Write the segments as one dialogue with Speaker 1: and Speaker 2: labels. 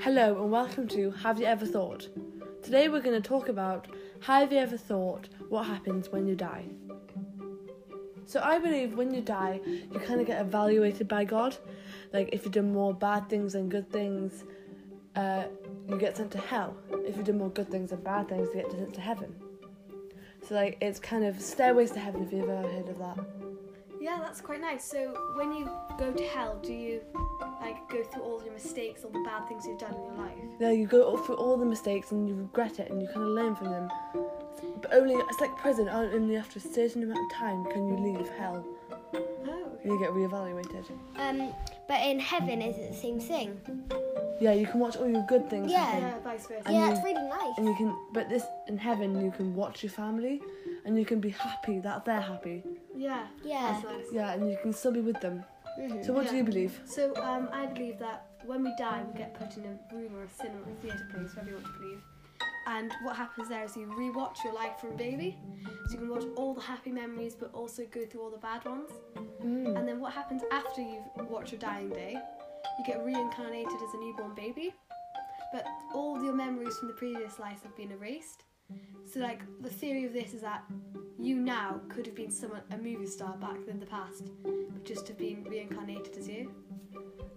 Speaker 1: Hello and welcome to Have You Ever Thought? Today we're going to talk about Have You Ever Thought What Happens When You Die? So, I believe when you die, you kind of get evaluated by God. Like, if you've done more bad things than good things, uh, you get sent to hell. If you've done more good things than bad things, you get sent to heaven. So, like, it's kind of stairways to heaven if you've ever heard of that.
Speaker 2: Yeah, that's quite nice. So when you go to hell, do you like go through all your mistakes, all the bad things you've done in your life?
Speaker 1: No, you go through all the mistakes and you regret it and you kind of learn from them. But only, it's like prison, only after a certain amount of time can you leave hell.
Speaker 2: Oh.
Speaker 1: You get reevaluated.
Speaker 3: Um, but in heaven, is it the same thing?
Speaker 1: Yeah, you can watch all your good things.
Speaker 3: Yeah.
Speaker 1: happen,
Speaker 2: Yeah, vice versa.
Speaker 1: And
Speaker 3: yeah,
Speaker 1: you-
Speaker 3: it's really nice.
Speaker 1: And you can, but this, in heaven, you can watch your family and you can be happy that they're happy.
Speaker 2: Yeah.
Speaker 3: Yeah.
Speaker 2: That's nice.
Speaker 1: Yeah, and you can still be with them.
Speaker 3: Mhm.
Speaker 1: So, what do
Speaker 2: Yeah.
Speaker 1: you believe?
Speaker 2: So um, I believe that when we die, we get put in a room or a cinema or a theatre place, whatever you want to believe. And what happens there is you rewatch your life from a baby, so you can watch all the happy memories, but also go through all the bad ones.
Speaker 1: Mm.
Speaker 2: And then what happens after you've watched your dying day? You get reincarnated as a newborn baby, but all your memories from the previous life have been erased. So, like, the theory of this is that you now could have been someone, a movie star back in the past, but just have been reincarnated as you.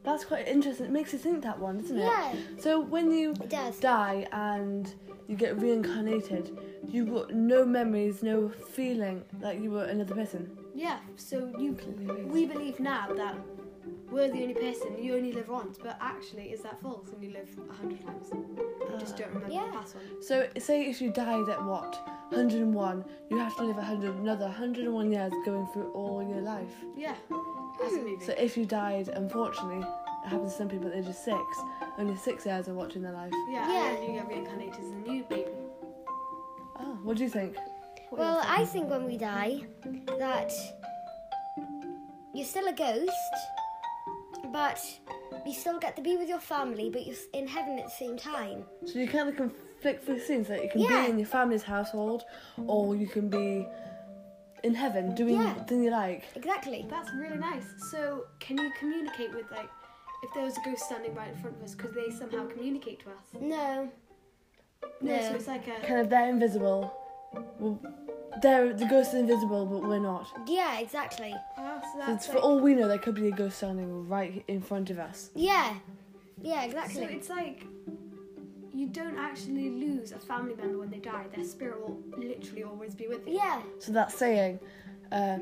Speaker 1: That's quite interesting. It makes you think that one, doesn't it?
Speaker 3: Yeah,
Speaker 1: So, when you
Speaker 3: it does.
Speaker 1: die and you get reincarnated, you've got no memories, no feeling like you were another person.
Speaker 2: Yeah, so you we believe now that we're the only person, you only live once, but actually, is that false? And you live a hundred times. You just don't remember
Speaker 3: Yeah.
Speaker 2: the past one.
Speaker 1: So say if you died at what 101, you have to live 100 another 101 years going through all your life.
Speaker 2: Yeah, that's a movie.
Speaker 1: So if you died, unfortunately, it happens to some people at the age of six, only six years of watching their life.
Speaker 2: yeah, yeah.
Speaker 3: Yeah.
Speaker 2: And then you get reincarnated as a new baby.
Speaker 1: Ah, what do you think?
Speaker 2: What
Speaker 3: Well,
Speaker 2: do you
Speaker 3: I think when we die, that you're still a ghost, but you still get to be with your family, but you're s- in heaven at the same time.
Speaker 1: So you kind of conflict with scenes that you can
Speaker 3: Yeah.
Speaker 1: be in your family's household, or you can be in heaven doing
Speaker 3: Yeah.
Speaker 1: the thing you like.
Speaker 3: Exactly.
Speaker 2: think? That's really nice. So can you communicate with like if there was a ghost standing right in front of us? Could they somehow communicate to us?
Speaker 3: No.
Speaker 2: so
Speaker 3: No.
Speaker 2: it's like a
Speaker 1: Kind of they're invisible. Well, they're the ghost is invisible, but we're not.
Speaker 3: Yeah, exactly.
Speaker 2: ah, so
Speaker 1: So
Speaker 2: that's
Speaker 1: it's, for
Speaker 2: like-
Speaker 1: all we know, there could be a ghost standing right in front of us.
Speaker 3: Yeah. Yeah,
Speaker 2: So
Speaker 3: exactly.
Speaker 2: it's like you don't actually lose a family member when they die. Their spirit will literally always be with you.
Speaker 3: Yeah.
Speaker 1: So that saying, uh,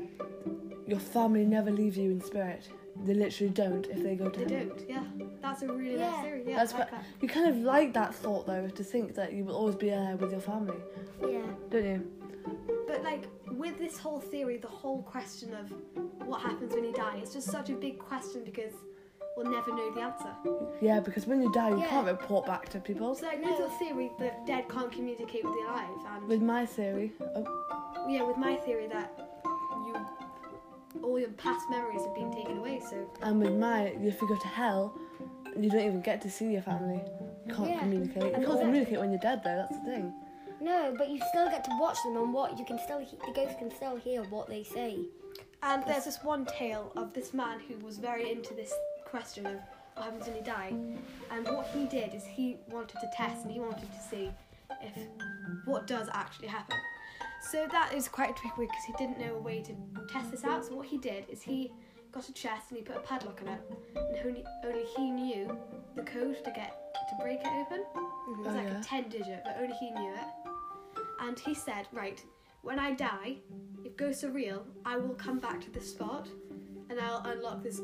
Speaker 1: your family never leave you in spirit. They literally don't if they go to
Speaker 2: They
Speaker 1: heaven.
Speaker 2: don't. Yeah, that's a really nice
Speaker 3: Yeah.
Speaker 2: theory. Yeah,
Speaker 1: That's
Speaker 2: I like
Speaker 1: what- You kind of like that thought though, to think that you will always be there with your family,
Speaker 3: Yeah.
Speaker 1: don't you?
Speaker 2: that. But like with this whole theory, the whole question of what happens when you die, it's just such a big question because we'll never know the answer.
Speaker 1: Yeah, because when you die, you
Speaker 3: Yeah.
Speaker 1: can't report back to people.
Speaker 2: It's like with your theory, the dead can't communicate with the alive, and
Speaker 1: With my theory, oh,
Speaker 2: yeah, with my theory that you all your past memories have been taken away, so
Speaker 1: and with my, if you go to hell, you don't even get to see your family. You can't
Speaker 3: Yeah.
Speaker 1: communicate. You
Speaker 2: And
Speaker 1: can't
Speaker 2: also-
Speaker 1: communicate when you're dead though. That's the thing.
Speaker 3: No, but you still get to watch them, and what you can still he- the ghost can still hear what they say.
Speaker 2: And there's this one tale of this man who was very into this question of what happens when you die. And what he did is he wanted to test and he wanted to see if what does actually happen. So that is quite a tricky way because he didn't know a way to test this out. So what he did is he got a chest and he put a padlock on it, and only, only he knew the code to get to break it open. It was
Speaker 1: Oh,
Speaker 2: like
Speaker 1: yeah.
Speaker 2: a ten digit, but only he knew it. And he said, right, when I die, if ghosts are real, I will come back to this spot and I'll unlock this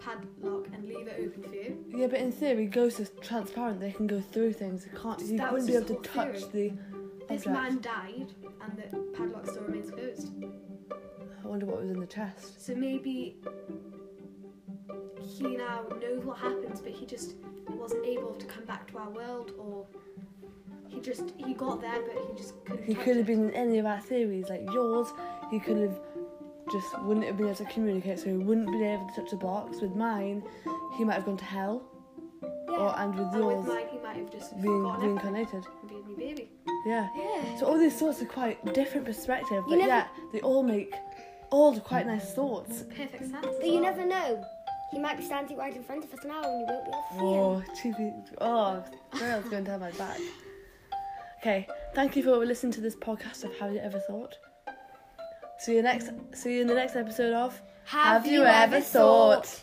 Speaker 2: padlock and leave it open for you.
Speaker 1: Yeah, but in theory, ghosts are transparent. They can go through things. They can't. You wouldn't
Speaker 2: That was
Speaker 1: be
Speaker 2: his
Speaker 1: able to
Speaker 2: whole
Speaker 1: touch the.
Speaker 2: This
Speaker 1: object.
Speaker 2: man died and the padlock still remains closed.
Speaker 1: I wonder what was in the chest.
Speaker 2: So maybe he now knows what happens, but he just wasn't able to come back to our world or he just he got there but he just couldn't
Speaker 1: He
Speaker 2: touch
Speaker 1: could have
Speaker 2: it.
Speaker 1: been in any of our theories, like yours. He could have just wouldn't have been able to communicate, so he wouldn't be able to touch the box. With mine, he might have gone to hell,
Speaker 3: Yeah.
Speaker 1: or and with
Speaker 2: and
Speaker 1: yours,
Speaker 2: with mine he might have just
Speaker 1: being
Speaker 2: forgotten everything
Speaker 1: reincarnated.
Speaker 2: and be a new baby.
Speaker 1: Yeah.
Speaker 3: yeah.
Speaker 1: So all these thoughts are quite different perspective, but
Speaker 3: never-
Speaker 1: yeah, they all make all quite nice thoughts.
Speaker 2: Perfect sense. as
Speaker 3: But you
Speaker 2: well.
Speaker 3: never know. He might be standing right in front of us now and you won't be able to see him.
Speaker 1: Oh, cheeky. Oh, Marielle's going down my back. Okay, thank you for listening to this podcast of Have You Ever Thought. See you next. See you in the next episode of. Have you ever thought?